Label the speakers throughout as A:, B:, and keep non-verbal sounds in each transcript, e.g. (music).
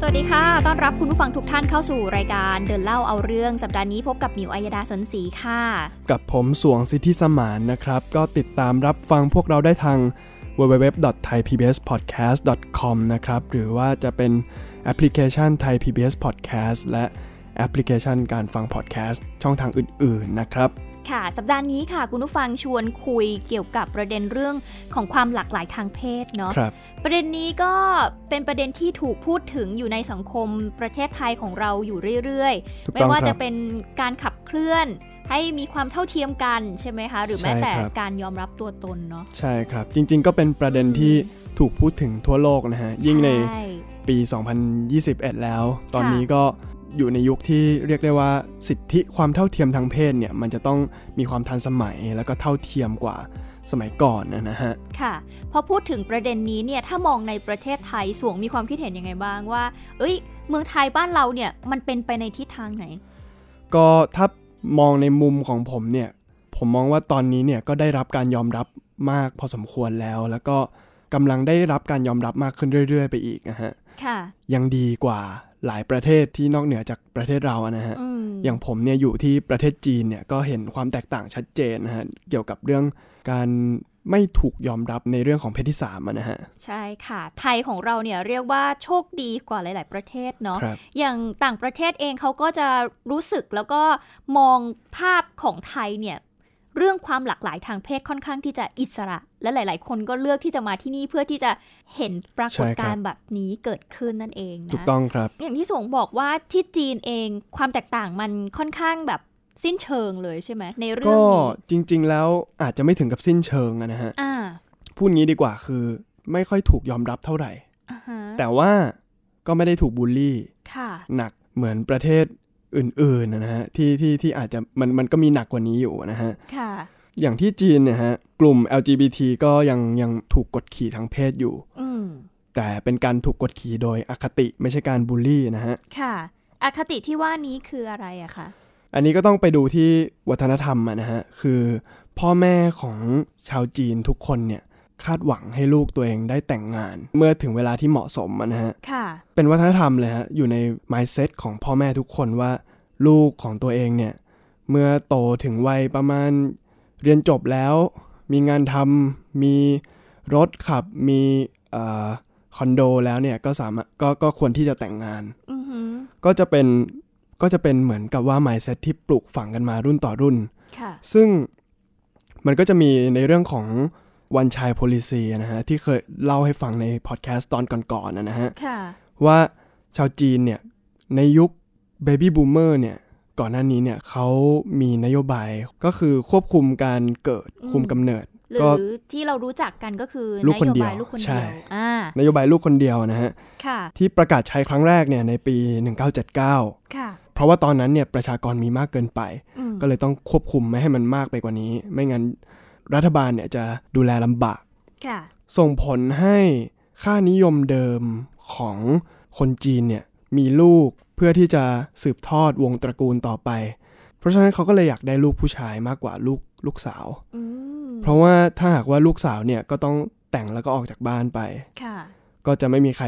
A: สวัสดีค่ะ ต้อนรับคุณผู้ฟังทุกท่านเข้าสู่รายการเดินเล่าเอาเรื่อง สัปดาห์นี้พบกับหมิวอัยดาสนศรีค่ะ
B: กับผมสวงสิทธิสมานนะครับ ก็ติดตามรับฟังพวกเราได้ทาง www.thaipbspodcast.com นะครับ หรือว่าจะเป็นแอปพลิเคชัน Thai PBS Podcast และแอปพลิเคชันการฟัง podcast ช่องทางอื่น ๆ นะครับ
A: ค่ะ สัปดาห์นี้ค่ะ คุณผู้ฟังชวนคุยเกี่ยวกับประเด็นเรื่องของความหลากหลายทางเพศเนาะ
B: ครับ
A: ประเด็นนี้ก็เป็นประเด็นที่ถูกพูดถึงอยู่ในสังคมประเทศไทยของเราอยู่เรื่อย
B: ถูก
A: ๆ ไม่
B: ต้อง
A: ว่า
B: ค
A: จะ
B: รับ
A: เป็นการขับเคลื่อนให้มีความเท่าเทียมกันใช่ไหมคะ หรือแม้
B: ใช่
A: แต่
B: ครับ
A: การยอมรับตัวตนเนาะ
B: ใช่ครับ จริง ๆ ก็เป็นประเด็นที่ถูกพูดถึงทั่วโลกนะฮะ ยิ่งใน
A: ช่
B: ปี 2021 แล้ว ตอน
A: ค่ะ
B: นี้ก็อยู่ในยุคที่เรียกได้ว่าสิทธิความเท่าเทียมทางเพศเนี่ย มันจะต้องมีความทันสมัยแล้วก็เท่าเทียมกว่าสมัยก่อนนะฮะ
A: ค่ะพอพูดถึงประเด็นนี้เนี่ยถ้ามองในประเทศไทยสวงมีความคิดเห็นยังไงบ้างว่า เอ้ย เมืองไทยบ้านเราเนี่ยมันเป็นไปในทิศทางไหน
B: ก็ถ้ามองในมุมของผมเนี่ย ผมมองว่าตอนนี้เนี่ยก็ได้รับการยอมรับมากพอสมควรแล้ว แล้วก็กำลังได้รับการยอมรับมากขึ้นเรื่อย ๆ ไปอีกนะฮะ
A: ค่ะ
B: ยังดีกว่าหลายประเทศที่นอกเหนือจากประเทศเราอะนะฮะ
A: อืม
B: อย่างผมเนี่ยอยู่ที่ประเทศจีนเนี่ยก็เห็นความแตกต่างชัดเจนนะฮะเกี่ยวกับเรื่องการไม่ถูกยอมรับในเรื่องของเพศที่สามอะนะฮะ
A: ใช่ค่ะ ไทยของเราเนี่ยเรียกว่าโชคดีกว่าหลาย ๆ ประเทศเนาะ
B: ครับ
A: อย่างต่างประเทศเองเขาก็จะรู้สึกแล้วก็มองภาพของไทยเนี่ยเรื่องความหลากหลายทางเพศค่อนข้างที่จะอิสระ และหลาย ๆ คนก็เลือกที่จะมาที่นี่เพื่อที่จะเห็นปรากฏ
B: ใช่ครับ
A: การณ์แบบนี้เกิดขึ้นนั่นเองนะ
B: ถูกต้องครับ
A: อย่างที่สวงบอกว่าที่จีนเองความแตกต่างมันค่อนข้างแบบสิ้นเชิงเลยใช่ไหมในเรื่อ
B: ก็
A: งนี้
B: จริง ๆ แล้วอาจจะไม่ถึงกับสิ้นเชิงอะนะฮะ
A: อ่า
B: พูดงี้ดีกว่าคือไม่ค่อยถูกยอมรับเท่าไหร่
A: อ่าฮะ
B: แต่ว่าก็ไม่ได้ถูกบูลลี่
A: ค่ะ
B: หนักเหมือนประเทศอื่นๆนะฮะที่ที่ที่อาจจะมันมันก็มีหนักกว่านี้อยู่นะฮะ
A: ค่ะ
B: อย่างที่จีนเนะฮะกลุ่ม LGBT ก็ยังยังถูกกดขี่ทางเพศอยู่
A: อืม
B: แต่เป็นการถูกกดขี่โดยอคติไม่ใช่การบูลลี่นะฮะ
A: ค่ะอคติที่ว่านี้คืออะไรอะคะ
B: อันนี้ก็ต้องไปดูที่วัฒนธรรมอะนะฮะคือพ่อแม่ของชาวจีนทุกคนเนี่ยคาดหวังให้ลูกตัวเองได้แต่งงาน เมื่อถึงเวลาที่เหมาะสมอะนะฮะ
A: ค่ะ
B: เป็นวัฒนธรรมเลยฮะ อยู่ใน mindset ของพ่อแม่ทุกคนว่า ลูกของตัวเองเนี่ย เมื่อโตถึงวัยประมาณเรียนจบแล้ว มีงานทำมีรถขับ มีเอ่อคอนโดแล้วเนี่ย ก็สามารถก็ก็ควรที่จะแต่งงาน
A: อือหือ
B: ก็จะเป็นก็จะเป็นเหมือนกับว่า mindset ที่ปลูกฝังกันมารุ่นต่อรุ่น
A: ค่ะ
B: ซึ่งมันก็จะมีในเรื่องของวันชาย policy นะฮะ ที่เคยเล่าให้ฟังในพอดแคสต์ตอนก่อนๆนะนะฮะ
A: ค่ะ
B: ว่าชาวจีนเนี่ยในยุคเบบี้บูมเมอร์เนี่ยก่อนหน้านี้เนี่ยเขามีนโยบายก็คือควบคุมการเกิด
A: อืม
B: คุมกำเนิด
A: หรื
B: ก็
A: อที่เรารู้จักกันก็คือ
B: ลูกคนเดีย
A: บา
B: วย
A: ลูกคน
B: ใช่
A: เดียวอ่าน
B: โยบายลูกคนเดียวนะฮะ
A: ค่ะ
B: ที่ประกาศใช้ครั้งแรกเนี่ยในปี 1979
A: ค่ะ
B: เพราะว่าตอนนั้นเนี่ยประชากรมีมากเกินไป
A: อืม
B: ก็เลยต้องควบคุมไม่ให้มันมากไปกว่านี้ ไม่งั้นรัฐบาลเนี่ยจะดูแลลำบาก
A: ค่ะ
B: ส่งผลให้ค่านิยมเดิมของคนจีนเนี่ยมีลูกเพื่อที่จะสืบทอดวงตระกูลต่อไป เพราะฉะนั้นเขาก็เลยอยากได้ลูกผู้ชายมากกว่าลูกลูกสาว
A: อืม
B: เพราะว่าถ้าหากว่าลูกสาวเนี่ยก็ต้องแต่งแล้วก็ออกจากบ้านไป
A: ค่ะ
B: ก็จะไม่มีใคร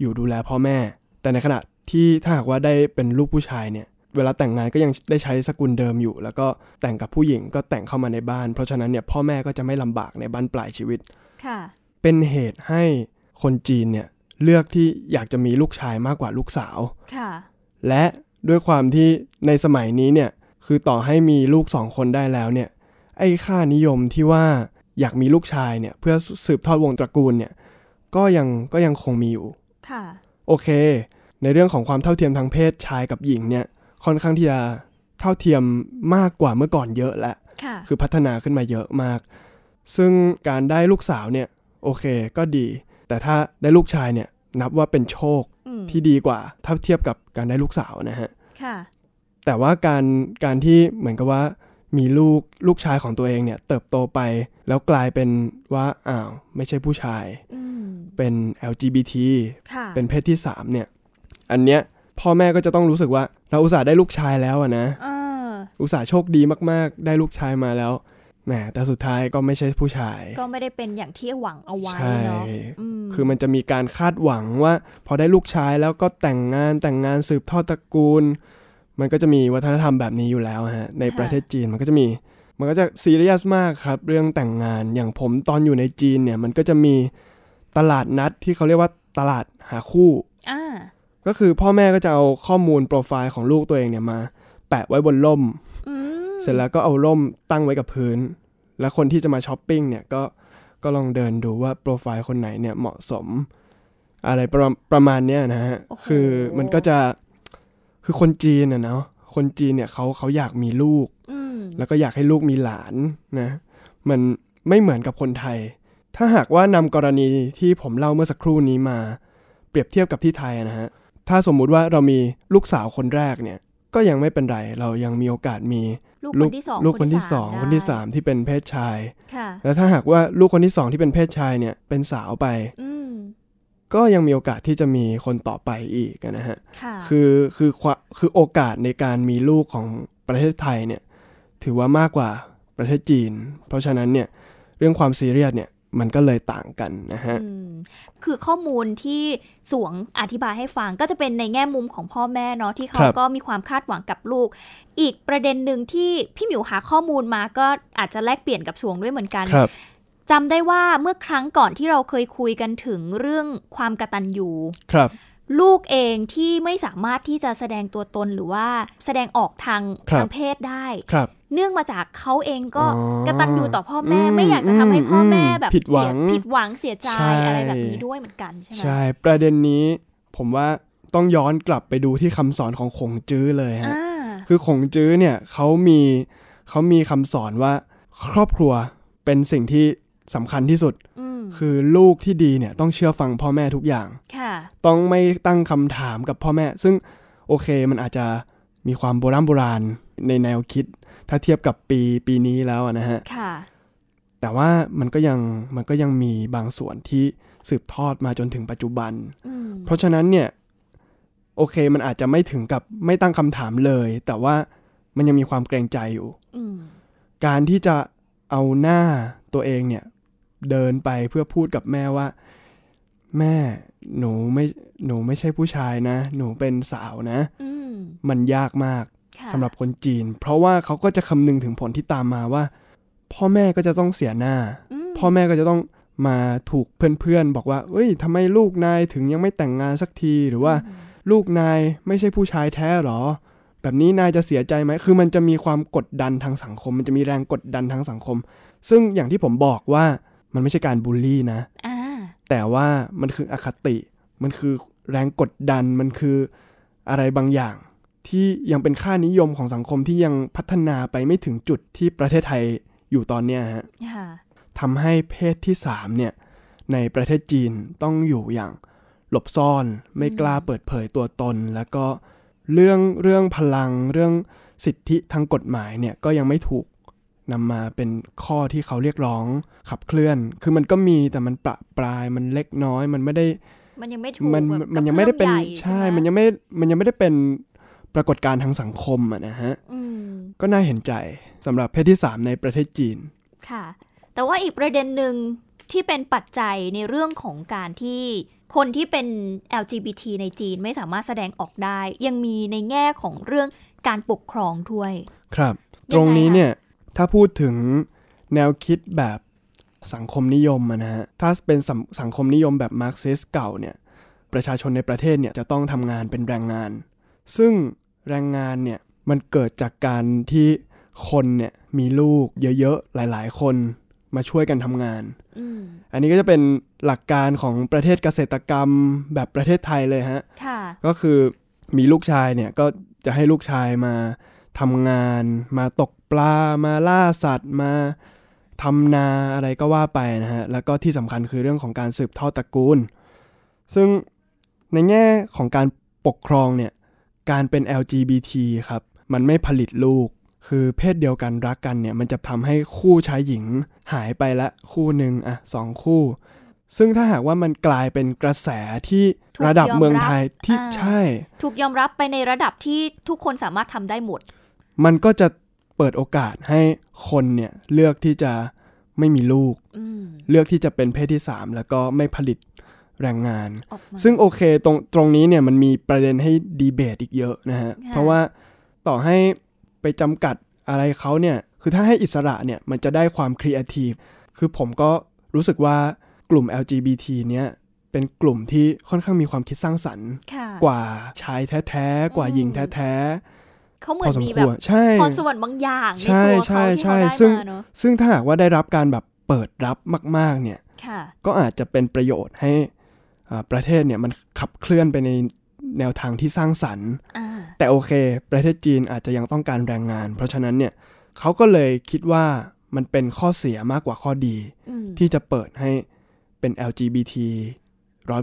B: อยู่ดูแลพ่อแม่ แต่ในขณะที่ถ้าหากว่าได้เป็นลูกผู้ชายเนี่ยเวลาแต่งงานก็ยังได้ใช้สกุลเดิมอยู่ แล้วก็แต่งกับผู้หญิงก็แต่งเข้ามาในบ้าน เพราะฉะนั้นเนี่ยพ่อแม่ก็จะไม่ลำบากในบ้านปลายชีวิต
A: ค่ะ
B: เป็นเหตุให้คนจีนเนี่ยเลือกที่อยากจะมีลูกชายมากกว่าลูกสาว
A: ค่ะ
B: และด้วยความที่ในสมัยนี้เนี่ยคือต่อให้มีลูกสองคนได้แล้วเนี่ยไอ้ค่านิยมที่ว่าอยากมีลูกชายเนี่ยเพื่อสืบทอดวงตระกูลเนี่ยก็ยังก็ยังคงมีอยู่
A: ค่ะ
B: โอเค ในเรื่องของความเท่าเทียมทางเพศชายกับหญิงเนี่ยค่อนข้างที่จะเท่าเทียมมากกว่าเมื่อก่อนเยอะแล้ว
A: ค่ะ
B: คือพัฒนาขึ้นมาเยอะมาก ซึ่งการได้ลูกสาวเนี่ยโอเคก็ดี แต่ถ้าได้ลูกชายเนี่ยนับว่าเป็นโชค
A: อืม
B: ที่ดีกว่าถ้าเทียบกับการได้ลูกสาวนะฮะ
A: ค่ะ
B: แต่ว่าการการที่เหมือนกับว่า มีลูกลูกชายของตัวเองเนี่ยเติบโตไป แล้วกลายเป็นว่าอ้าวไม่ใช่ผู้ชาย
A: อืม
B: เป็น LGBT
A: ค่ะ
B: เป็นเพศที่สามเนี่ยอันเนี้ยพ่อแม่ก็จะต้องรู้สึกว่า เราอุตส่าห์ได้ลูกชายแล้วอะนะ
A: เออ
B: อุตส่าห์โชคดีมากๆ ได้ลูกชายมาแล้วแหมแต่สุดท้ายก็ไม่ใช่ผู้ชาย
A: ก็ไม่ได้เป็นอย่างที่หวังเอาไว้
B: ใช่
A: เนาะอืม
B: คือมันจะมีการคาดหวังว่า พอได้ลูกชายแล้วก็แต่งงานแต่งงานสืบทอดตระกูล มันก็จะมีวัฒนธรรมแบบนี้อยู่แล้วฮะในประเทศจีนมันก็จะมี มันก็จะซีเรียสมากครับ เรื่องแต่งงานอย่างผมตอนอยู่ในจีนเนี่ยมันก็จะมีตลาดนัดที่เขาเรียกว่าตลาดหาคู่
A: อ่า
B: ก็คือพ่อแม่ก็จะเอาข้อมูลโปรไฟล์ของลูกตัวเองเนี่ยมา แปะไว้บนล่ม
A: อืม
B: เสร็จแล้วก็เอาร่มตั้งไว้กับพื้น แล้วคนที่จะมาช้อปปิ้งเนี่ยก็ก็ลองเดินดูว่าโปรไฟล์คนไหนเนี่ยเหมาะสม อะไรประประมาณเนี้ยนะฮะ คือมันก็จะคือคนจีนอะเนาะคนจีนเนี่ยเขาเขาอยากมีลูก
A: อืม
B: แล้วก็อยากให้ลูกมีหลานนะมันไม่เหมือนกับคนไทย ถ้าหากว่านำกรณีที่ผมเล่าเมื่อสักครู่นี้มา เปรียบเทียบกับที่ไทยนะฮะ ถ้าสมมุติว่าเรามีลูกสาวคนแรกเนี่ย ก็ยังไม่เป็นไร เรายังมีโอกาสมี
A: ลูก
B: ลู
A: คน
B: ก
A: ที่สอง
B: ลูกคนที่สอง
A: ได้
B: คนที่สามที่เป็นเพศชาย
A: ค่ะ
B: แล้วถ้าหากว่าลูกคนที่สองที่เป็นเพศชายเนี่ยเป็นสาวไป
A: อืม
B: ก็ยังมีโอกาสที่จะมีคนต่อไปอีกนะฮะ
A: ค่ะ
B: คือคือความคือโอกาสในการมีลูกของประเทศไทยเนี่ยถือว่ามากกว่าประเทศจีน เพราะฉะนั้นเนี่ยเรื่องความซีเรียสเนี่ยมันก็เลยต่างกันนะฮะ
A: มคือข้อมูลที่สวงอธิบายให้ฟังก็จะเป็นในแง่มุมของพ่อแม่เนาะที่เขา
B: ครับ
A: ก็มีความคาดหวังกับลูก อีกประเด็นหนึ่งที่พี่หมิวหาข้อมูลมาก็อาจจะแลกเปลี่ยนกับสวงด้วยเหมือนกัน
B: ครับ
A: จำได้ว่าเมื่อครั้งก่อนที่เราเคยคุยกันถึงเรื่องความกระตันยู
B: ครับ
A: ลูกเองที่ไม่สามารถที่จะแสดงตัวตนหรือว่าแสดงออกทาง
B: ครับ
A: ทางเพศได้
B: ครับ
A: เนื่องมาจากเขาเองก็
B: อ๋อก
A: ระตันยูต่อพ่อแม่
B: อืม
A: ไม่อยากจะทำให้พ่อแม่
B: อืม
A: แบบ
B: ผิดหวัง
A: เสียผิดหวังเสียใจ
B: ใช่
A: อะไรแบบนี้ด้วยเหมือนกันใช่ไหม
B: ใช่ประเด็นนี้ผมว่าต้องย้อนกลับไปดูที่คำสอนของขงจื้อเลยฮะ
A: อ่า
B: คือขงจื้อเนี่ยเขามีเขามีคำสอนว่าครอบครัวเป็นสิ่งที่สำคัญที่สุด
A: อืม
B: คือลูกที่ดีเนี่ยต้องเชื่อฟังพ่อแม่ทุกอย่าง
A: ค่ะ
B: ต้องไม่ตั้งคำถามกับพ่อแม่ ซึ่งโอเคมันอาจจะมีความโบราณโบราณในแนวคิด ถ้าเทียบกับปีปีนี้แล้วอะนะฮะ
A: ค่ะ
B: แต่ว่ามันก็ยังมันก็ยังมีบางส่วนที่สืบทอดมาจนถึงปัจจุบัน
A: อืม
B: เพราะฉะนั้นเนี่ยโอเคมันอาจจะไม่ถึงกับไม่ตั้งคำถามเลย แต่ว่ามันยังมีความเกรงใจอยู่
A: อืม
B: การที่จะเอาหน้าตัวเองเนี่ยเดินไปเพื่อพูดกับแม่ว่า แม่หนูไม่หนูไม่ใช่ผู้ชายนะ หนูเป็นสาวนะ
A: อืม
B: มันยากมาก
A: ค่ะ
B: สำหรับคนจีน เพราะว่าเขาก็จะคำนึงถึงผลที่ตามมาว่า พ่อแม่ก็จะต้องเสียหน้า
A: ม
B: พ่อแม่ก็จะต้องมาถูกเพื่อนๆ บอกว่า เอ้ยทำไมลูกนายถึงยังไม่แต่งงานสักทีหรือว่า ลูกนายไม่ใช่ผู้ชายแท้หรอ แบบนี้นายจะเสียใจไหม คือมันจะมีความกดดันทางสังคม มันจะมีแรงกดดันทางสังคม ซึ่งอย่างที่ผมบอกว่ามันไม่ใช่การบูลลี่นะ
A: อ่า
B: แต่ว่ามันคืออคติ มันคือแรงกดดัน มันคืออะไรบางอย่าง ที่ยังเป็นค่านิยมของสังคมที่ยังพัฒนาไปไม่ถึงจุดที่ประเทศไทยอยู่ตอนเนี้ยฮะ
A: ค่ะ
B: ทำให้เพศที่สามเนี่ยในประเทศจีนต้องอยู่อย่างหลบซ่อนไม่กล้าเปิดเผยตัวตน แล้วก็เรื่องเรื่องพลังเรื่องสิทธิทางกฎหมายเนี่ยก็ยังไม่ถูกนำมาเป็นข้อที่เขาเรียกร้องขับเคลื่อน คือมันก็มีแต่มันประปรายมันเล็กน้อยมันไม่ได้
A: มันยังไม่ถูก
B: มัน
A: แบบ
B: มัน
A: กระ
B: ยังไม่ได้เป็น
A: พื่อใหญ่
B: ใช่
A: ไห
B: มันยังไม่มันยังไม่ได้เป็นปรากฏการณ์ทางสังคมอะนะฮะ
A: อืม
B: ก็น่าเห็นใจสำหรับเพศที่สามในประเทศจีน
A: ค่ะ แต่ว่าอีกประเด็นหนึ่งที่เป็นปัจจัยในเรื่องของการที่คนที่เป็น LGBT ในจีนไม่สามารถแสดงออกได้ ยังมีในแง่ของเรื่องการปกครองด้วย
B: ครับ
A: ยังไง
B: ตรงนี้
A: คะ
B: เนี่ยถ้าพูดถึงแนวคิดแบบสังคมนิยมอะนะฮะถ้าเป็นสังสังคมนิยมแบบมาร์กซิสเก่าเนี่ยประชาชนในประเทศเนี่ยจะต้องทำงานเป็นแรงงาน ซึ่งแรงงานเนี่ยมันเกิดจากการที่คนเนี่ยมีลูกเยอะๆ หลายๆ คนมาช่วยกันทำงาน
A: อืม
B: อันนี้ก็จะเป็นหลักการของประเทศเกษตรกรรมแบบประเทศไทยเลยฮะ
A: ค่ะ
B: ก็คือมีลูกชายเนี่ยก็จะให้ลูกชายมาทำงาน มาตกปลา มาล่าสัตว์ มาทำนาอะไรก็ว่าไปนะฮะ แล้วก็ที่สำคัญคือเรื่องของการสืบทอดตระกูล ซึ่งในแง่ของการปกครองเนี่ย การเป็น LGBT ครับ มันไม่ผลิตลูก คือเพศเดียวกันรักกันเนี่ยมันจะทำให้คู่ชายหญิงหายไปละคู่หนึ่งอ่ะสองคู่ ซึ่งถ้าหากว่ามันกลายเป็นกระแสที่
A: ถูก
B: ระดับ
A: ยอม
B: เมืองไทย
A: รับ
B: ที่
A: อ่า
B: ใช่
A: ถูกยอมรับไปในระดับที่ทุกคนสามารถทำได้หมด
B: มันก็จะเปิดโอกาสให้คนเนี่ยเลือกที่จะไม่มีลูก
A: อืม
B: เลือกที่จะเป็นเพศที่ 3 แล้วก็ไม่ผลิตแรงงาน
A: ออกมา
B: ซึ่งโอเคตรงตรงนี้เนี่ยมันมีประเด็นให้ดีเบตอีกเยอะนะฮะ
A: ค่ะ
B: เพราะว่าต่อให้ไปจำกัดอะไรเขาเนี่ย คือถ้าให้อิสระเนี่ยมันจะได้ความครีเอทีฟคือผมก็รู้สึกว่ากลุ่ม LGBT เนี่ยเป็นกลุ่มที่ค่อนข้างมีความคิดสร้างสรรค์
A: ค่ะ
B: กว่าชายแท้ๆ กว่าหญิง
A: อืม
B: แท้
A: เขาเหมื
B: ๆพ
A: อ
B: อน สม
A: มี
B: ค
A: แบบ
B: วรใช่
A: พรสวรรค์บางอย่างใน
B: ใช่
A: ตัว
B: ใช่
A: เขาที่
B: ใช่
A: เขาได้
B: ซึ่ง
A: มาเนอะ
B: ซึ่งถ้าหากว่าได้รับการแบบเปิดรับมากๆเนี่ย
A: ค่ะ
B: ก็อาจจะเป็นประโยชน์ให้อ่าประเทศเนี่ยมันขับเคลื่อนไปในแนวทางที่สร้างสรรค์
A: อ่า
B: แต่โอเค ประเทศจีนอาจจะยังต้องการแรงงาน เพราะฉะนั้นเนี่ยเขาก็เลยคิดว่ามันเป็นข้อเสียมากกว่าข้อดี
A: อืม
B: ที่จะเปิดให้เป็น LGBT 100%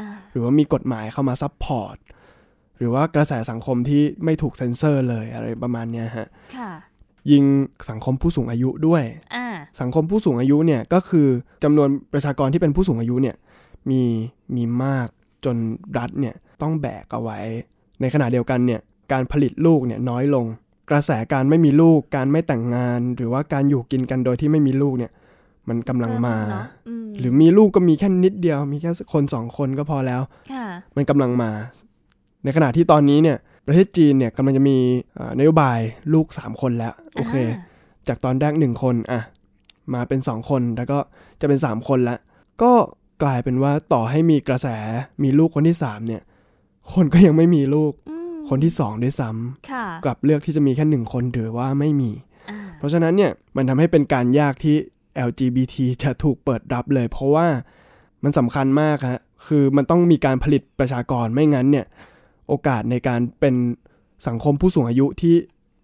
A: อ่า
B: หรือว่ามีกฎหมายเข้ามาซับพอร์ต หรือว่ากระแสสังคมที่ไม่ถูกเซ็นเซอร์เลยอะไรประมาณเนี้ยฮะ
A: ค่ะ
B: ยิงสังคมผู้สูงอายุด้วย
A: อ่า
B: สังคมผู้สูงอายุเนี่ยก็คือจำนวนประชากรที่เป็นผู้สูงอายุเนี่ยมีมีมากจนรัฐเนี่ยต้องแบกเอาไว้ ในขณะเดียวกันเนี่ยการผลิตลูกเนี่ยน้อยลง กระแสการไม่มีลูก การไม่แต่งงาน หรือว่าการอยู่กินกันโดยที่ไม่มีลูกเนี่ยมันกำลังมา
A: เริ่มเนอะอืม
B: หรือมีลูกก็มีแค่นิดเดียว มีแค่คนสองคนก็พอแล้ว
A: ค่ะ
B: มันกำลังมา ในขณะที่ตอนนี้เนี่ยประเทศจีนเนี่ยกำลังจะมีเอ่อนโยบายลูกสามคนแล้วโอเค จากตอนแรกหนึ่งคนอ่ะมาเป็นสองคนแล้วก็จะเป็นสามคนละ ก็กลายเป็นว่าต่อให้มีกระแสมีลูกคนที่สามเนี่ย คนก็ยังไม่มีลูก
A: อืม
B: คนที่สองด้วยซ้ำ
A: ค่ะ
B: กลับเลือกที่จะมีแค่หนึ่งคนหรือว่าไม่มี
A: อ่า
B: เพราะฉะนั้นเนี่ยมันทำให้เป็นการยากที่ LGBT จะถูกเปิดรับเลย เพราะว่ามันสำคัญมากฮะคือมันต้องมีการผลิตประชากรไม่งั้นเนี่ยโอกาสในการเป็นสังคมผู้สูงอายุที่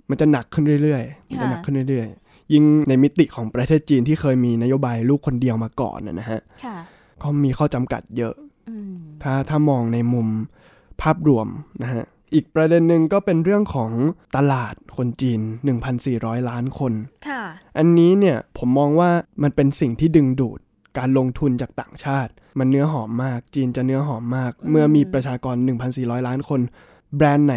B: มันจะหนักขึ้นเรื่อยๆมันจะหนักขึ้นเรื่อยๆ ยิ่งในมิติของประเทศจีนที่เคยมีนโยบายลูกคนเดียวมาก่อนนะนะฮะ
A: ค่ะ
B: ก็มีข้อจำกัดเยอะ
A: อืม
B: ถ้าถ้ามองในมุมภาพรวมนะฮะอีกประเด็นหนึ่งก็เป็นเรื่องของตลาดคนจีน 1,400 ล้านคน
A: ค่ะ
B: อันนี้เนี่ยผมมองว่ามันเป็นสิ่งที่ดึงดูดการลงทุนจากต่างชาติ มันเนื้อหอมมากจีนจะเนื้อหอมมาก
A: อืม
B: เมื่อมีประชากร 1,400 ล้านคน แบรนด์ไหน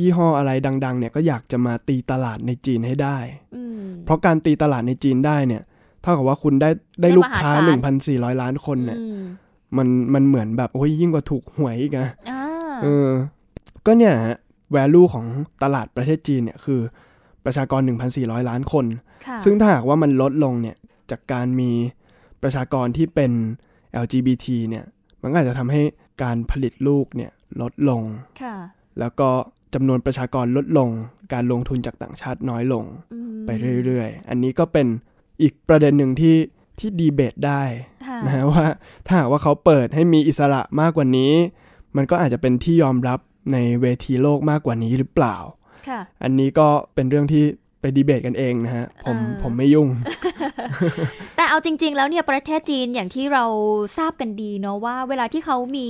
B: ยี่ห้ออะไรดัง ๆ เนี่ยก็อยากจะมาตีตลาดในจีนให้ได้
A: อืม
B: เพราะการตีตลาดในจีนได้เนี่ยเท่ากับว่าคุณได้ได้
A: ได้
B: ลูกค้า
A: มหาศาล
B: 1,400 ล้านคนเนี่ย
A: อืม
B: มันมันเหมือนแบบโอ้ยยิ่งกว่าถูกหวยอีกนะ
A: อ่า
B: เออ ก็เนี่ยฮะ value ของตลาดประเทศจีนเนี่ยคือประชากร 1,400 ล้านคน
A: ค่ะ
B: ซึ่งถ้าหากว่ามันลดลงเนี่ยจากการมีประชากรที่เป็น LGBT เนี่ยมันก็อาจจะทำให้การผลิตลูกเนี่ยลดลง
A: ค่ะ
B: แล้วก็จำนวนประชากรลดลง การลงทุนจากต่างชาติน้อยลง
A: อืม
B: ไปเรื่อยๆ อันนี้ก็เป็นอีกประเด็นหนึ่งที่ที่ดีเบตได้
A: ค่ะ
B: นะฮะว่าถ้าหากว่าเขาเปิดให้มีอิสระมากกว่านี้ มันก็อาจจะเป็นที่ยอมรับในเวทีโลกมากกว่านี้หรือเปล่า
A: ค่ะ
B: อันนี้ก็เป็นเรื่องที่ไปดีเบตกันเองนะฮะผม
A: อ่า
B: ผมไม่ยุ่ง
A: แต่เอาจริง ๆ แล้วเนี่ยประเทศจีนอย่างที่เราทราบกันดีเนาะว่า เวลาที่เขามี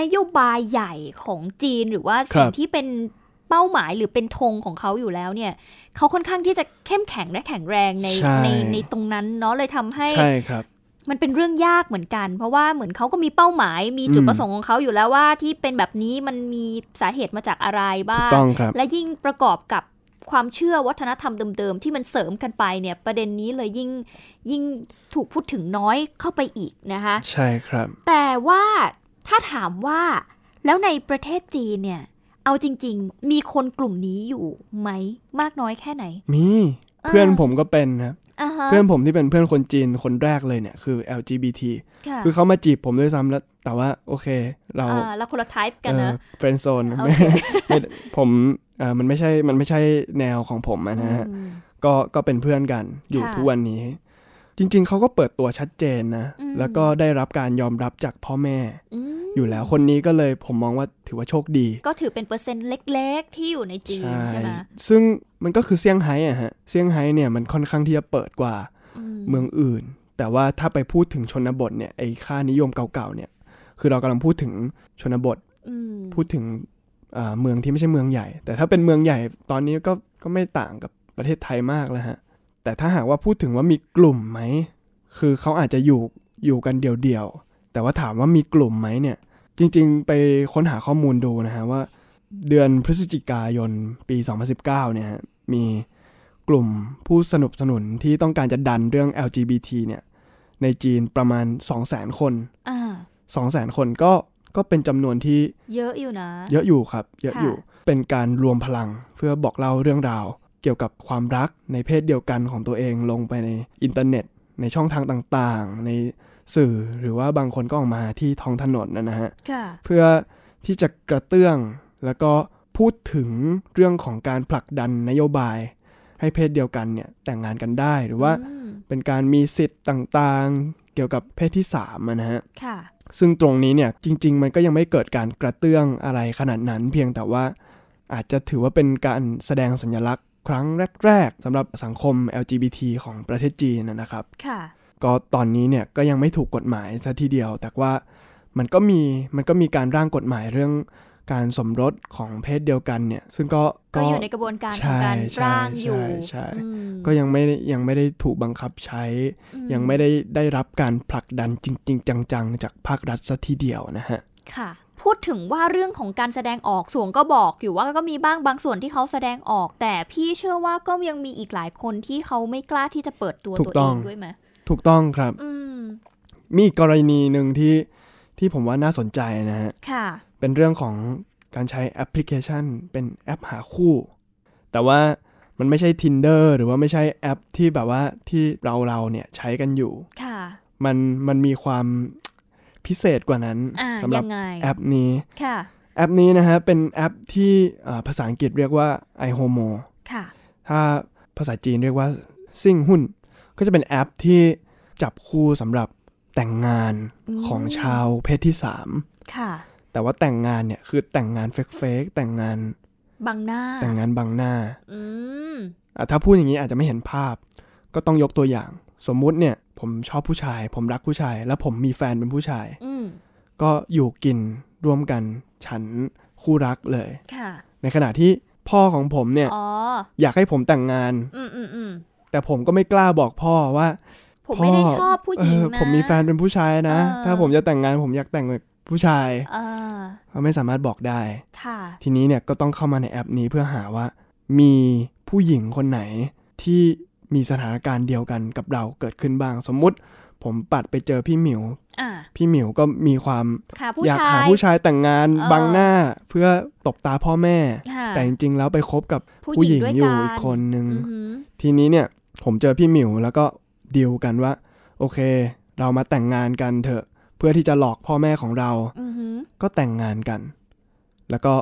A: นโยบายใหญ่ของจีนหรือว่าสิ่ง
B: ครับ
A: ที่เป็นเป้าหมายหรือเป็นธงของเขาอยู่แล้วเนี่ย เขาค่อนข้างที่จะเข้มแข็งและแข็งแรงในในในตรงนั้นเนาะเลยทำให้
B: ใช่ครับ
A: มันเป็นเรื่องยากเหมือนกัน เพราะว่าเหมือนเขาก็มีเป้าหมาย มีจุด
B: อืม
A: ประสงค์ของเขาอยู่แล้วว่าที่เป็นแบบนี้มันมีสาเหตุมาจากอะไรบ้าง
B: ต้องครับ
A: และยิ่งประกอบกับความเชื่อวัฒนธรรมเดิมๆ ที่มันเสริมกันไปเนี่ยประเด็นนี้เลยยิ่งยิ่งถูกพูดถึงน้อยเข้าไปอีกนะคะ
B: ใช่ครับ
A: แต่ว่าถ้าถามว่าแล้วในประเทศจีนเนี่ย เอาจริง ๆ มีคนกลุ่มนี้อยู่ไหมมากน้อยแค่ไหน
B: มีเพื่อนผมก็เป็นนะ
A: อ่าฮะ
B: เพื่อนผมที่เป็นเพื่อนคนจีนคนแรกเลยเนี่ยคือ LGBT
A: ค่ะ
B: คือเขามาจีบผมด้วยซ้ำแล้ว แต่ว่าโอเค เรา
A: อ่าแล้วคนละไทป์กันนะ
B: เฟรนด์โซน
A: โอเค
B: ผมเอ่อมันไม่ใช่มันไม่ใช่แนวของผมอะนะฮะ
A: อืม
B: ก็ก็เป็นเพื่อนกันอยู่
A: ค่ะ
B: ทุกวันนี้ จริง ๆเขาก็เปิดตัวชัดเจนนะ แล้วก็ได้รับการยอมรับจากพ่อแม่
A: อืม
B: อยู่แล้วคนนี้ก็เลยผมมองว่าถือว่าโชคดี
A: ก็ถือเป็นเปอร์เซ็นต์เล็ก ๆ ที่อยู่ในจีนใช่ไหม
B: ซึ่งมันก็คือเซี่ยงไฮ้อะฮะ เซี่ยงไฮ้เนี่ยมันค่อนข้างที่จะเปิดกว่า
A: อืม
B: เมืองอื่น แต่ว่าถ้าไปพูดถึงชนบทเนี่ยไอ้ค่านิยมเก่าๆเนี่ย คือเรากำลังพูดถึงชนบท
A: อืม
B: พูดถึง อ่าเมืองที่ไม่ใช่เมืองใหญ่ แต่ถ้าเป็นเมืองใหญ่ตอนนี้ก็ก็ไม่ต่างกับประเทศไทยมากแล้วฮะ แต่ถ้าหากว่าพูดถึงว่ามีกลุ่มไหม คือเขาอาจจะอยู่อยู่กันเดี่ยวๆ แต่ว่าถามว่ามีกลุ่มไหมเนี่ย จริงๆ ไปค้นหาข้อมูลดูนะฮะว่า เดือนพฤศจิกายนปี 2019เนี่ยฮะมีกลุ่มผู้สนับสนุนที่ต้องการจะดันเรื่อง LGBT เนี่ยในจีนประมาณ 200,000 คน
A: อ่า
B: 200,000 คนก็ก็เป็นจำนวนที่
A: เยอะอยู่นะ
B: เยอะอยู่ครับ เยอะ
A: ค่ะ
B: อยู่ เป็นการรวมพลังเพื่อบอกเล่าเรื่องราว เกี่ยวกับความรักในเพศเดียวกันของตัวเองลงไปในอินเทอร์เน็ต ในช่องทางต่างๆ ในสื่อหรือว่าบางคนก็ออกมาที่ท้องถนนนะนะฮะ
A: ค่ะ
B: เพื่อที่จะกระเตื้องแล้วก็พูดถึงเรื่องของการผลักดันนโยบาย ให้เพศเดียวกันเนี่ยแต่งงานกันได้หรือว่า
A: อืม
B: เป็นการมีสิทธิ์ต่างๆ เกี่ยวกับเพศที่สามอะนะฮะ
A: ค่ะ
B: ซึ่งตรงนี้เนี่ยจริง ๆ มันก็ยังไม่เกิดการกระเตื้องอะไรขนาดนั้น เพียงแต่ว่าอาจจะถือว่าเป็นการแสดงสัญลักษณ์ครั้งแรก ๆสำหรับสังคม LGBT ของประเทศจีนนะนะครับ
A: ค่ะ
B: ก็ตอนนี้เนี่ยก็ยังไม่ถูกกฎหมายซะทีเดียว แต่ว่ามันก็มีมันก็มีการร่างกฎหมายเรื่องการสมรสของเพศเดียวกันเนี่ย ซึ่งก็
A: ก็อยู่ในกระบวนการของการ
B: ใช่
A: ร่างอยู่
B: ใช่ใช่
A: อืม
B: ก็ยังไม่ได้ยังไม่ได้ถูกบังคับใช้
A: อื
B: ยังไม่ได้ได้รับการผลักดันจริง ๆ จังๆ จากภาครัฐซะทีเดียวนะฮะ
A: ค่ะ พูดถึงว่าเรื่องของการแสดงออกส่วนก็บอกอยู่ว่าก็มีบ้างบางส่วนที่เขาแสดงออก แต่พี่เชื่อว่าก็ยังมีอีกหลายคนที่เขาไม่กล้าที่จะเปิดตัว
B: ถู
A: ตัว
B: กต้
A: เอ
B: อง
A: งด้วยไหม
B: ถูกต้องครับ
A: อืม
B: มีอีกกรณีหนึ่งที่ที่ผมว่าน่าสนใจนะฮะ
A: ค่ะ
B: เป็นเรื่องของการใช้แอปพลิเคชัน เป็นแอปหาคู่ แต่ว่ามันไม่ใช่ Tinder หรือว่าไม่ใช่แอปที่แบบว่าที่เราเราเนี่ยใช้กันอยู่
A: ค่ะ
B: มันมันมีความพิเศษกว่านั้น
A: อ่า
B: สำหรั
A: ยังไง
B: แอปนี้
A: ค่ะ
B: แอปนี้นะฮะ เป็นแอปที่เอ่อภาษาอังกฤษเรียกว่า iHomo
A: ค่ะ
B: ถ้าภาษาจีนเรียกว่าซิ่งหุ้น ก็จะเป็นแอปที่จับคู่สำหรับแต่งงาน
A: อืม
B: ของชาวเพศที่ 3
A: ค่ะ
B: แต่ว่าแต่งงานเนี่ยคือแต่งงานเฟกๆแต่งงาน
A: บังหน้า
B: แต่งงานบังหน้า
A: อืม
B: อ่ะถ้าพูดอย่างนี้อาจจะไม่เห็นภาพ ก็ต้องยกตัวอย่าง สมมุติเนี่ยผมชอบผู้ชาย ผมรักผู้ชาย แล้วผมมีแฟนเป็นผู้ชาย
A: อืม
B: ก็อยู่กินร่วมกันฉันคู่รักเลย
A: ค่ะ
B: ในขณะที่พ่อของผมเนี่ย
A: อ๋อ
B: อยากให้ผมแต่งงาน
A: อืมอืมอืม
B: แต่ผมก็ไม่กล้าบอกพ่อว่า
A: ผม
B: พ่
A: ไม่ได้ชอบผู้หญิง
B: เออ
A: นะ
B: ผมมีแฟนเป็นผู้ชายนะ
A: เออ
B: ถ้าผมจะแต่งงานผมอยากแต่งกับผู้ชาย
A: เออ
B: ก็ไม่สามารถบอกได้
A: ค่ะ
B: ทีนี้เนี่ยก็ต้องเข้ามาในแอปนี้เพื่อหาว่า มีผู้หญิงคนไหนที่มีสถานการณ์เดียวกันกับเราเกิดขึ้นบ้าง สมมุติ ผมปัดไปเจอพี่หมิว
A: อ่า
B: พี่หมิวก็มีความ
A: ค่ะผู้
B: อยาก
A: ชา
B: หาย ผู้ชายแต่งงาน
A: เออ
B: บังหน้าเพื่อตบตาพ่อแม่
A: ค่ะ
B: แต่จริงๆแล้วไปคบกับ
A: ผู้
B: ผู้
A: ห
B: ห
A: ญิ
B: ญิ
A: งด้ว
B: ง
A: ย
B: อยู่
A: กัน
B: อีกคนนึง
A: อือหือ
B: ทีนี้เนี่ยผมเจอพี่หมิวแล้วก็ดีลกันว่า โอเค เรามาแต่งงานกันเถอะ เพื่อที่จะหลอกพ่อแม่ของเรา
A: อือหือ
B: ก็แต่งงานกัน แล้วก็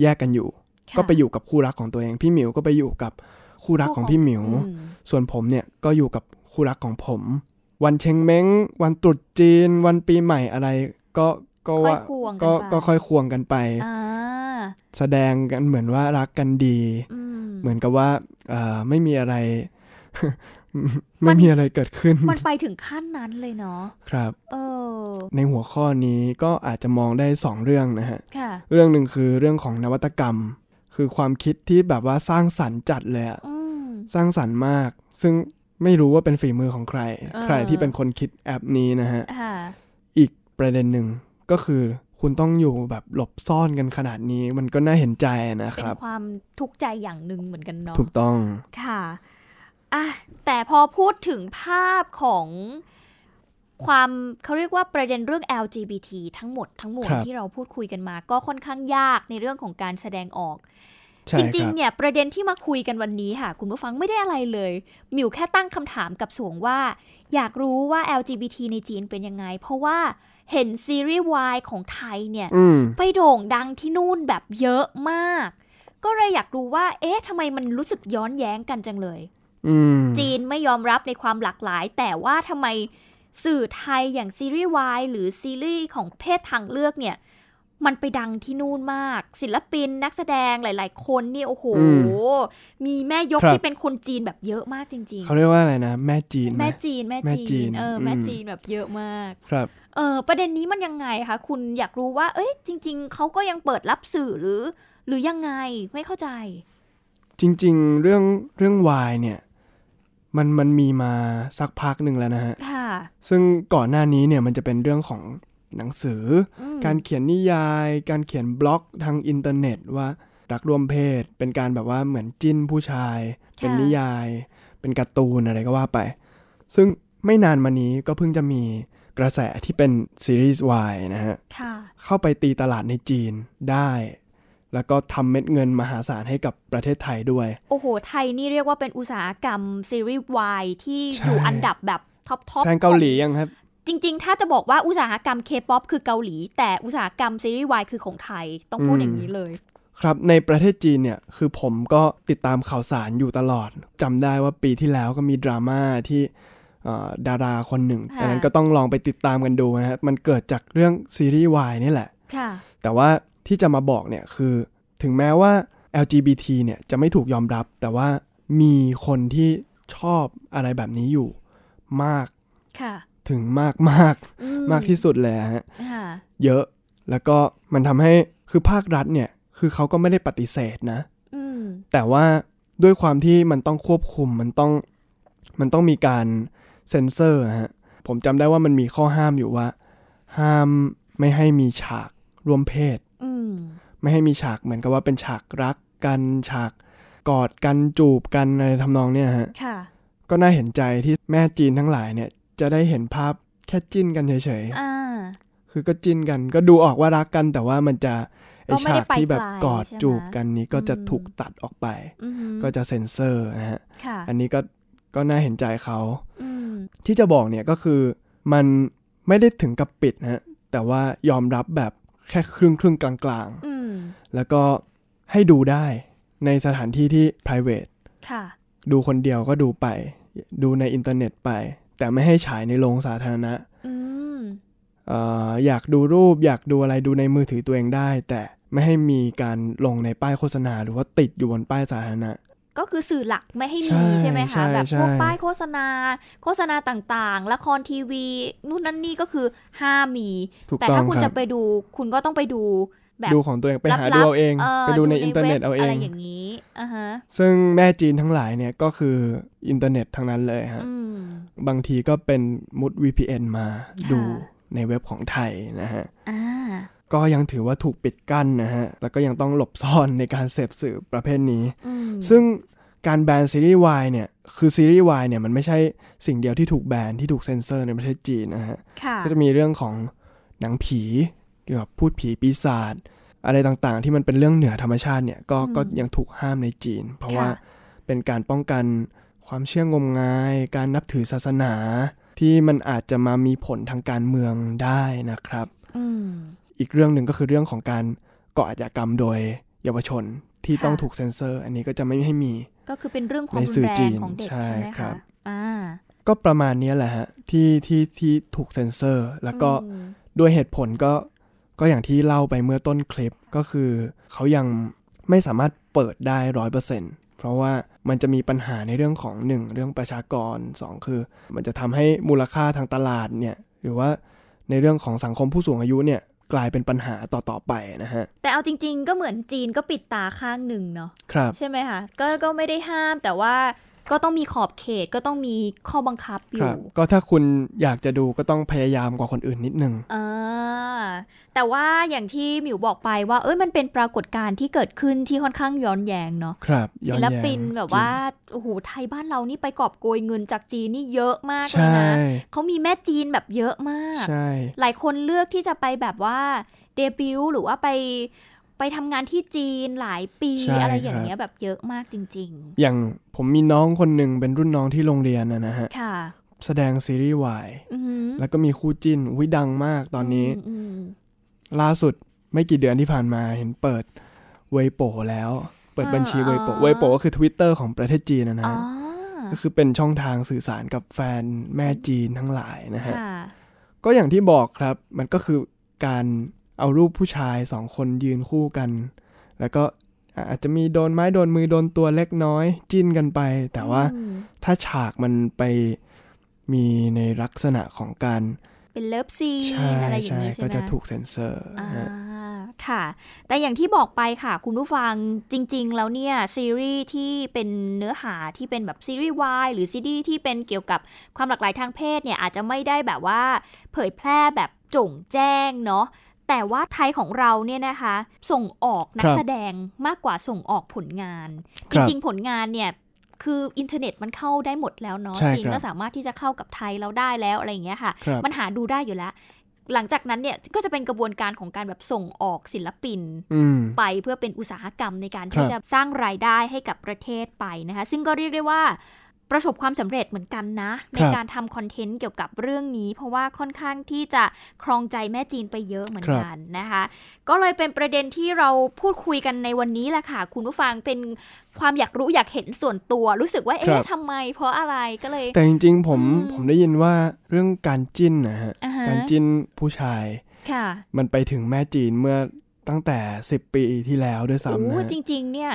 B: แยกกันอยู่
A: ค่ะ
B: ก็ไปอยู่กับคู่รักของตัวเอง พี่หมิวก็ไปอยู่กับคู่รักของพี่หมิว
A: อืม
B: ส่วนผมเนี่ยก็อยู่กับคู่รักของผม วันเชงเม้ง วันตรุษจีน วันปีใหม่อะไร ก็ก็
A: ค่อย
B: ว่า
A: ควง
B: ก็
A: นไป
B: ก็ค่อยควงกันไป
A: อ่า
B: แสดงกันเหมือนว่ารักกันดี
A: อืม
B: เหมือนกับว่าเอ่อไม่มีอะไร (laughs) ไม่มีอะไรเกิดขึ้น
A: มันไปถึงขั้นนั้นเลยเนาะ
B: ครับ
A: เออ
B: ในหัวข้อนี้ก็อาจจะมองได้สองเรื่องนะฮะ
A: ค่ะ
B: เรื่องหนึ่งคือเรื่องของนวัตกรรม คือความคิดที่แบบว่าสร้างสรรค์จัดเลยอะ
A: อืม
B: สร้างสรรค์มาก ซึ่งไม่รู้ว่าเป็นฝีมือของใคร
A: เออ
B: ใครที่เป็นคนคิดแอปนี้นะฮะ
A: ค่ะ
B: อีกประเด็นหนึ่งก็คือคุณต้องอยู่แบบหลบซ่อนกันขนาดนี้ มันก็น่าเห็นใจนะค
A: เป็น
B: รับ
A: ความทุกข์ใจอย่างหนึ่งเหมือนกันเนาะ
B: ถูกต้อง
A: ค่ะอ่ะ แต่พอพูดถึงภาพของความเขาเรียกว่าประเด็นเรื่อง LGBT ทั้งหมดทั้งมวล
B: ครับ
A: ที่เราพูดคุยกันมา ก็ค่อนข้างยากในเรื่องของการแสดงออก
B: ใช่
A: จ
B: ค
A: ริง
B: รั
A: ๆ
B: บ
A: เนี่ยประเด็นที่มาคุยกันวันนี้ค่ะ คุณผู้ฟังไม่ได้อะไรเลย หมิวแค่ตั้งคำถามกับสวงว่า อยากรู้ว่า LGBT ในจีนเป็นยังไง เพราะว่าเห็นซีรีส์วายของไทยเนี่ย
B: อืม
A: ไปโด่งดังที่นู่นแบบเยอะมาก ก็เลยอยากรู้ว่า เอ๊ะทำไมมันรู้สึกย้อนแย้งกันจังเลย
B: อืม
A: จีนไม่ยอมรับในความหลากหลาย แต่ว่าทำไมสื่อไทยอย่างซีรีส์วายหรือซีรีส์ของเพศทางเลือกเนี่ย มันไปดังที่นู่นมาก ศิลปินนักแสดงหลาย ๆ คนนี่โอ้โห
B: อืม
A: มีแม่ยก
B: ครับ
A: ที่เป็นคนจีนแบบเยอะมากจริง
B: เขาเรียกว่าอะไรนะ แม่จีน
A: ๆ
B: ไหม
A: แม่จีนแม่
B: แม่จี
A: จีน
B: น
A: เอออแม่
B: ม
A: จีนแบบเยอะมาก
B: ครับ
A: เออประเด็นนี้มันยังไงคะคุณอยากรู้ว่า เอ้ยจริง ๆเขาก็ยังเปิดรับสื่อหรือ หรือยังไงไม่เข้าใจ
B: จริง ๆ เรื่องเรื่องวายเนี่ย มันมันมีมาสักพักหนึ่งแล้วนะฮะ
A: ค่ะ
B: ซึ่งก่อนหน้านี้เนี่ยมันจะเป็นเรื่องของหนังสืออ
A: ม
B: การเขียนนิยาย การเขียนบล็อกทางอินเทอร์เน็ตว่ารักรวมเพศ เป็นการแบบว่าเหมือนจิ้นผู้ชาย เป็นนิยาย เป็นการ์ตูนอะไรก็ว่าไป ซึ่งไม่นานมานี้ก็เพิ่งจะมีกระแสที่เป็นซีรีส์วายนะฮะ
A: ค่ะ
B: เข้าไปตีตลาดในจีนได้ แล้วก็ทำเม็ดเงินมหาศาลให้กับประเทศไทยด้วย
A: โอ้โห ไทยนี่เรียกว่าเป็นอุตสาหกรรมซีรีส์วายที่
B: ใช่
A: อยู่อันดับแบบท็อปท็อป
B: แซงเกาหลียังครับ
A: จริง ๆ ถ้าจะบอกว่าอุตสาหกรรมเคป๊อปคือเกาหลี แต่อุตสาหกรรมซีรีส์วายคือของไทย ต้องพูด
B: อืม
A: อย่างนี้เลย
B: ครับ ในประเทศจีนเนี่ย คือผมก็ติดตามข่าวสารอยู่ตลอดจำได้ว่าปีที่แล้วก็มีดราม่าที่เอ่อดาราคนหนึ่งอันนั้นก็ต้องลองไปติดตามกันดูนะฮะมันเกิดจากเรื่องซีรีส์วายนี่แหละ
A: ค่ะ
B: แต่ว่าที่จะมาบอกเนี่ยคือถึงแม้ว่า LGBT เนี่ยจะไม่ถูกยอมรับ แต่ว่ามีคนที่ชอบอะไรแบบนี้อยู่มาก
A: ค่ะ
B: ถึงมากมาก
A: อื
B: มากที่สุดเลยฮะ
A: ค่ะ
B: เยอะแล้วก็มันทำให้คือภาครัฐเนี่ยคือเขาก็ไม่ได้ปฏิเสธนะ
A: อืม
B: แต่ว่าด้วยความที่มันต้องควบคุมมันต้องมันต้องมีการเซ็นเซอร์ฮะผมจำได้ว่ามันมีข้อห้ามอยู่ว่า ห้ามไม่ให้มีฉากร่วมเพศ
A: อืม
B: ไม่ให้มีฉากเหมือนกับว่าเป็นฉากรักกันฉากกอดกันจูบกันอะไรทำนองเนี่ยฮะ
A: ค่ะ
B: ก็น่าเห็นใจที่แม่จีนทั้งหลายเนี่ยจะได้เห็นภาพแค่จิ้นกันเฉย
A: อ่า
B: ๆคือก็จิ้นกันก็ดูออกว่ารักกัน แต่ว่ามันจะไอ
A: ก็ไม่
B: ฉา
A: ได้
B: ก
A: ไป
B: ที่แบบ
A: ไกล
B: กอด
A: ใช่ไหม
B: จูบกันนี้ก็จะ
A: อืม
B: ถูกตัดออกไป
A: อือหือ
B: ก็จะเซ็นเซอร์นะฮะ
A: ค่ะ
B: อันนี้ก็ก็น่าเห็นใจเขา
A: อืม
B: ที่จะบอกเนี่ยก็คือมันไม่ได้ถึงกับปิดนะฮะแต่ว่ายอมรับแบบแค่ครึ่งครึ่งๆกลางๆ
A: อืม
B: แล้วก็ให้ดูได้ในสถานที่ที่ private
A: ค่ะ
B: ดูคนเดียวก็ดูไป ดูในอินเทอร์เน็ตไป แต่ไม่ให้ฉายในโรงสาธารณะ
A: อืม
B: เอ่ออยากดูรูปอยากดูอะไรดูในมือถือตัวเองได้ แต่ไม่ให้มีการลงในป้ายโฆษณา หรือว่าติดอยู่บนป้ายสาธารณะ
A: ก็คือสื่อหลักไม่ให้
B: ใช่
A: มีใช่ไหม
B: ใช่
A: คะ แบบพวก
B: ใช่
A: ป้ายโฆษณา โฆษณาต่างๆ ละครทีวี นู่นนั่นนี่ก็คือห้ามมี
B: ถูก
A: แต่
B: ต้อง
A: ถ้าคุณ
B: ครั
A: จะ
B: บ
A: ไปดูคุณก็ต้องไปดูแบบ
B: ดูของตัวเองไปหา
A: ลับๆ
B: ดูเอาเอง ไปดูในอินเทอร์เน็ต
A: ว็บ
B: เอาเอ
A: อะไร
B: ง
A: อย่างนี้อ่าฮะ
B: ซึ่งแม่จีนทั้งหลายเนี่ยก็คืออินเทอร์เน็ตทั้งนั้นเลยฮะ
A: อืม
B: บางทีก็เป็นมุด VPN มาดู
A: ค่ะ
B: ในเว็บของไทยนะฮะ
A: อ่า
B: ก็ยังถือว่าถูกปิดกั้นนะฮะ แล้วก็ยังต้องหลบซ่อนในการเสพสื่อประเภทนี้
A: อืม
B: ซึ่งการแบนซีรีส์วายเนี่ย คือซีรีส์วายเนี่ยมันไม่ใช่สิ่งเดียวที่ถูกแบนที่ถูกเซ็นเซอร์ในประเทศจีนนะฮะ
A: ค่ะ
B: ก็จะมีเรื่องของหนังผีเกี่ยวกับพูดผีปีศาจอะไรต่างๆ ที่มันเป็นเรื่องเหนือธรรมชาติเนี่ยก็ก็ยังถูกห้ามในจีน เพราะว่า
A: ค่ะ
B: เป็นการป้องกันความเชื่องมงาย การนับถือศาสนา ที่มันอาจจะมามีผลทางการเมืองได้นะครับ
A: อืม
B: อีกเรื่องหนึ่งก็คือเรื่องของการก่ออาชญากรรมโดยเยาวชนที่
A: ค่ะ
B: ต้องถูกเซ็นเซอร์ อันนี้ก็จะไม่ให้มี
A: ก็คือเป็นเรื่องความ
B: ใน
A: รุ
B: สื่
A: น
B: อ
A: แร
B: จี
A: ง
B: น
A: ของเด็ก
B: ใช่
A: ใช่ไหม
B: ครั
A: คะ
B: บ
A: อ่า
B: ก็ประมาณนี้แหละฮะที่ที่ที่ถูกเซ็นเซอร์ แล้วก็
A: อืม
B: ด้วยเหตุผลก็ก็อย่างที่เล่าไปเมื่อต้นคลิปก็คือเขายังไม่สามารถเปิดได้ร้อยเปอร์เซ็นเพราะว่ามันจะมีปัญหาในเรื่องของ 1 เรื่องประชากร 2 คือ มันจะทำให้มูลค่าทางตลาดเนี่ยหรือว่าในเรื่องของสังคมผู้สูงอายุเนี่ยกลายเป็นปัญหาต่อๆไปนะฮะ
A: แต่เอาจริง ๆ ก็เหมือนจีนก็ปิดตาข้างหนึ่งเนาะ
B: ครับ
A: ใช่ไหมคะก็ก็ไม่ได้ห้ามแต่ว่าก็ต้องมีขอบเขตก็ต้องมีข้อบังคับอ
B: ครั
A: ยู่
B: บก็ถ้าคุณอยากจะดูก็ต้องพยายามกว่าคนอื่นนิดนึง
A: อ่าแต่ว่าอย่างที่หมิวบอกไปว่าเอ้ยมันเป็นปรากฏการณ์ที่เกิดขึ้นที่ค่อนข้างย้อนแยงเนาะ
B: ครับย้อ
A: ศิ
B: นแย้
A: ล
B: ง
A: ปินแบบว่าโอ้โหไทยบ้านเรานี่ไปกอบโกยเงินจากจีนนี่เยอะมากเลย
B: ใช่
A: นะเขามีแม่จีนแบบเยอะมาก
B: ใช่
A: หลายคนเลือกที่จะไปแบบว่าเดบิวต์หรือว่าไปไปทำงานที่จีนหลายปี
B: ใช่
A: อะไรอย่าง
B: ครับ
A: เงี้ยแบบเยอะมากจริง
B: อย่างผมมีน้องคนหนึ่งเป็นรุ่นน้องที่โรงเรียนนะนะฮะ
A: ๆ ค่ะ
B: แสดงซีรีส์วาย
A: อือหือ
B: แล้วก็มีคู่จิ้นวิดังมากตอนนี้
A: อืม
B: ล่าสุดไม่กี่เดือนที่ผ่านมาเห็นเปิดเวโปแล้ว เปิดบัญชีเวโปเวโปก็คือ Twitter ของประเทศจีนนะ
A: อืมอ๋
B: ฮะ
A: อ
B: ก็คือเป็นช่องทางสื่อสารกับแฟนแม่จีนทั้งหลายนะฮะ
A: ค่ะ
B: ก็อย่างที่บอกครับ มันก็คือการ เอารูปผู้ชายสองคนยืนคู่กัน แล้วก็อ่ะอาจจะมีโดนไม้โดนมือโดนตัวเล็กน้อย จิ้นกันไป แต่ว่า
A: อืม
B: ถ้าฉากมันไปมีในลักษณะของการ
A: เป็นเลิฟซี
B: ใช่
A: นอะไรอย่าง
B: ใช่
A: นี้ใช่ไหม
B: ก็จะถูกเซ็นเซอร์
A: อ่า
B: ฮะ
A: ค่ะ แต่อย่างที่บอกไปค่ะ คุณผู้ฟังจริง ๆ แล้วเนี่ย ซีรีส์ที่เป็นเนื้อหาที่เป็นแบบซีรีส์วายหรือซีรีส์ที่เป็นเกี่ยวกับความหลากหลายทางเพศเนี่ย อาจจะไม่ได้แบบว่าเผยแพร่แบบโจ่งแจ้งเนาะแต่ว่าไทยของเราเนี่ยนะคะ ส่งออกนักแสดงมากกว่าส่งออกผลงาน จ
B: ครับ
A: ริง ๆ ผลงานเนี่ย คืออินเทอร์เน็ตมันเข้าได้หมดแล้วเนาะ
B: ใช่
A: จีน
B: ครับ
A: ก็สามารถที่จะเข้ากับไทยเราได้แล้วอะไรอย่างเงี้ยค่ะ
B: ครับ
A: มันหาดูได้อยู่แล้ว หลังจากนั้นเนี่ยก็จะเป็นกระบวนการของการแบบส่งออกศิลปิน
B: อืม
A: ไปเพื่อเป็นอุตสาหกรรมในการ
B: ครั
A: ที่
B: บ
A: จะสร้างรายได้ให้กับประเทศไปนะคะ ซึ่งก็เรียกได้ว่าประสบความสำเร็จเหมือนกันนะ ในการทำคอนเทนต์เกี่ยวกับเรื่องนี้ เพราะว่าค่อนข้างที่จะครองใจแม่จีนไปเยอะเหมือนกันนะคะ ก็เลยเป็นประเด็นที่เราพูดคุยกันในวันนี้แหละค่ะ คุณผู้ฟังเป็นความอยากรู้อยากเห็นส่วนตัว รู้สึกว่า
B: ครั
A: เอ๊ะ
B: บ
A: ทำไม เพราะอะไรก็เลย
B: แต่จริงๆผม
A: อืม
B: ผมได้ยินว่าเรื่องการจิ้นนะฮะ
A: อ่าฮะ
B: การจิ้นผู้ชาย
A: ค่ะ
B: มันไปถึงแม่จีนเมื่อตั้งแต่ 10 ปีที่แล้วด้วยซ้ำนะ
A: โอ้
B: ฮะ
A: จริงๆ เนี่ย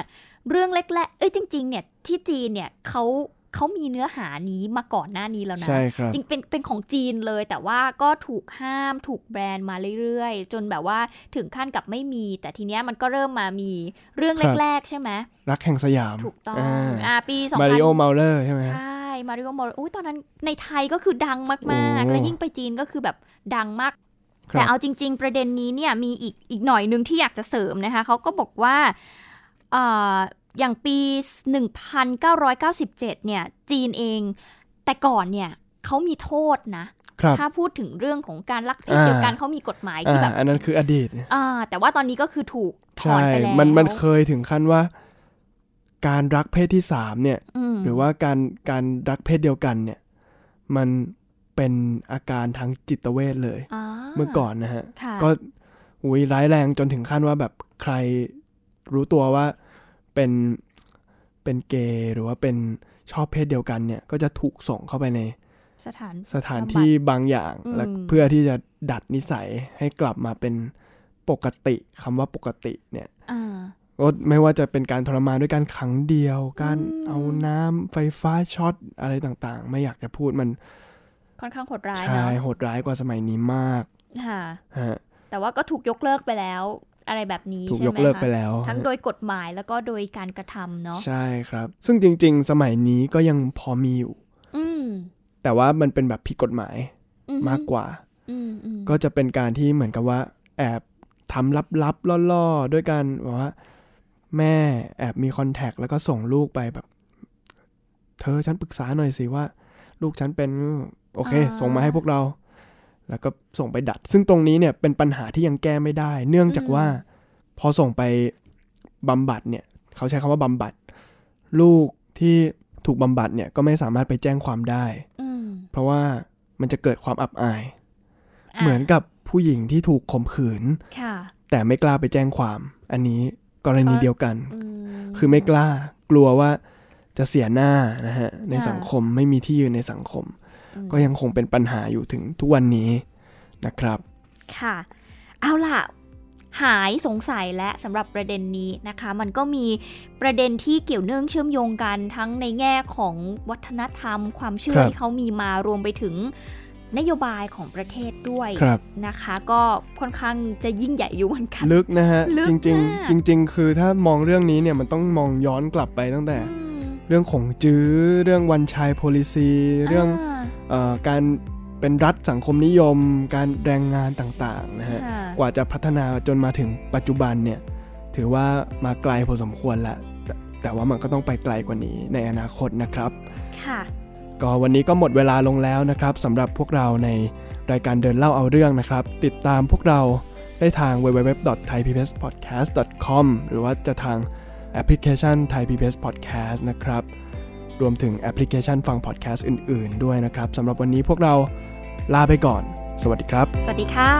A: เรื่องแรกๆ เอ้ยจริง ๆ เนี่ยที่จีนเนี่ยเขาเขามีเนื้อหานี้มาก่อนหน้านี้แล้วนะ
B: ใช่ครับ
A: จริงเป็นเป็นของจีนเลย แต่ว่าก็ถูกห้ามถูกแบรนด์มาเรื่อยๆ จนแบบว่าถึงขั้นกับไม่มี แต่ทีเนี้ยมันก็เริ่มมามีเรื่อง
B: ครับ
A: แรกๆ ใช่ไหม
B: รักแห่งสยาม
A: ถูกต้อง
B: า
A: อ่าปีสอง
B: มา
A: พั
B: ริ
A: น
B: โอเมาเลอร์ใช่ไหมฮะ
A: ใช่มาริโอมอลอุ้ยตอนนั้นในไทยก็คือดังมาก
B: โอ้
A: ๆ และยิ่งไปจีนก็คือแบบดังมาก
B: ค
A: แต่
B: รับ
A: เอาจริง ๆ ประเด็นนี้เนี่ยมีอีกอีกหน่อยหนึงที่อยากจะเสริมนะคะเขาก็บอกว่าเอ่ออย่างปี 1997 เนี่ยจีนเอง แต่ก่อนเนี่ยเขามีโทษนะ
B: ครับ
A: ถ้าพูดถึงเรื่องของการลักเพศ
B: อ่า
A: เดียวกันเขามีกฎหมายที่
B: อ่า
A: แบบ
B: อันนั้นคืออดีต
A: อ่าแต่ว่าตอนนี้ก็คือถูกถอ
B: ใช่
A: นไปแล้ว
B: มันมันเคยถึงขั้นว่า การรักเพศที่สามเนี่ย
A: อืม
B: หรือว่าการการรักเพศเดียวกันเนี่ย มันเป็นอาการทางจิตเวชเลย
A: อ่า
B: เมื่อก่อนนะฮะ
A: ค่ะ
B: ก็อุ้ยร้ายแรงจนถึงขั้นว่าแบบใครรู้ตัวว่าเป็นเป็นเกย์หรือว่าเป็นชอบเพศเดียวกันเนี่ย ก็จะถูกส่งเข้าไปใน
A: สถาน
B: สถานที่บางอย่าง
A: อืม
B: และเพื่อที่จะดัดนิสัยให้กลับมาเป็นปกติคำว่าปกติเนี่ย
A: อ่า
B: ก็ไม่ว่าจะเป็นการทรมานด้วยการขังเดียว การ
A: อืม
B: เอาน้ำไฟฟ้าช็อตอะไรต่างๆ ไม่อยากจะพูดมัน
A: ค่อนข้างโหดร้าย
B: ใช่
A: เนาะ
B: โหดร้ายกว่าสมัยนี้มาก
A: ค่ะ
B: ฮะ
A: แต่ว่าก็ถูกยกเลิกไปแล้ว อะไรแบบนี้
B: ถูก
A: ใช่
B: ย
A: ไห
B: ก
A: ม
B: เลิก
A: คะ
B: ไปแล้ว
A: ทั้ง
B: ฮะ
A: โดยกฎหมายแล้วก็โดยการกระทำเนาะ
B: ใช่ครับ ซึ่งจริงๆ สมัยนี้ก็ยังพอมีอยู่
A: อืม
B: แต่ว่ามันเป็นแบบผิดกฎหมาย
A: อื
B: มากกว่า
A: อืมอืม
B: ก็จะเป็นการที่เหมือนกับว่า แอบทำลับๆล่อๆ ด้วยการแบบว่า แม่แอบมีคอนแทคแล้วก็ส่งลูกไปแบบ เธอฉันปรึกษาหน่อยสิว่า ลูกฉันเป็นโอเค ส่งมาให้พวกเรา แล้วก็ส่งไปดัด ซึ่งตรงนี้เนี่ยเป็นปัญหาที่ยังแก้ไม่ได้ เนื่องจากว่า พอส่งไปบำบัดเนี่ย เขาใช้คำว่าบำบัด ลูกที่ถูกบำบัดเนี่ยก็ไม่สามารถไปแจ้งความได้
A: อืม
B: เพราะว่ามันจะเกิดความอับอาย
A: ะ
B: เหมือนกับผู้หญิงที่ถูกข่มขืน
A: ค่ะ
B: แต่ไม่กล้าไปแจ้งความ อันนี้กรณี
A: ก็
B: เดียวกัน
A: อืม
B: คือไม่กล้ากลัวว่าจะเสียหน้านะฮะในสังคมไม่มีที่ยืนในสังคม
A: อืม
B: ก็ยังคงเป็นปัญหาอยู่ถึงทุกวันนี้นะครับ
A: ค่ะ เอาล่ะ หายสงสัยและสำหรับประเด็นนี้นะคะ มันก็มีประเด็นที่เกี่ยวเนื่องเชื่อมโยงกันทั้งในแง่ของวัฒนธรรม ความเชื่อ
B: ครับ
A: ที่เขามีมารวมไปถึงนโยบายของประเทศด้วย
B: ครับ
A: นะคะ ก็ค่อนข้างจะยิ่งใหญ่อยู่เหมือนกัน
B: ลึกนะฮะ
A: ลึก
B: จริง
A: มาก
B: ๆ จริง ๆ คือถ้ามองเรื่องนี้เนี่ยมันต้องมองย้อนกลับไปตั้งแต่
A: อืม
B: เรื่องของจื้อเรื่องวันชาย policy เรื่อง
A: า
B: เออการเป็นรัฐสังคมนิยม การแรงงานต่างๆนะฮะ
A: ค่ะ
B: กว่าจะพัฒนาจนมาถึงปัจจุบันเนี่ย ถือว่ามาไกลพอสมควรละแตแต่ว่ามันก็ต้องไปไกลกว่านี้ในอนาคตนะครับ
A: ค่ะ
B: ก็วันนี้ก็หมดเวลาลงแล้วนะครับสำหรับพวกเราในรายการเดินเล่าเอาเรื่องนะครับ ติดตามพวกเราได้ทาง www.thaipbspodcast.com หรือว่าจะทางแอปพลิเคชัน Thai PBS Podcast นะครับ รวมถึงแอปพลิเคชันฟัง podcast อื่น ๆ ด้วยนะครับสำหรับวันนี้พวกเราลาไปก่อน สวัสดีครับ
A: สวัสดีค่ะ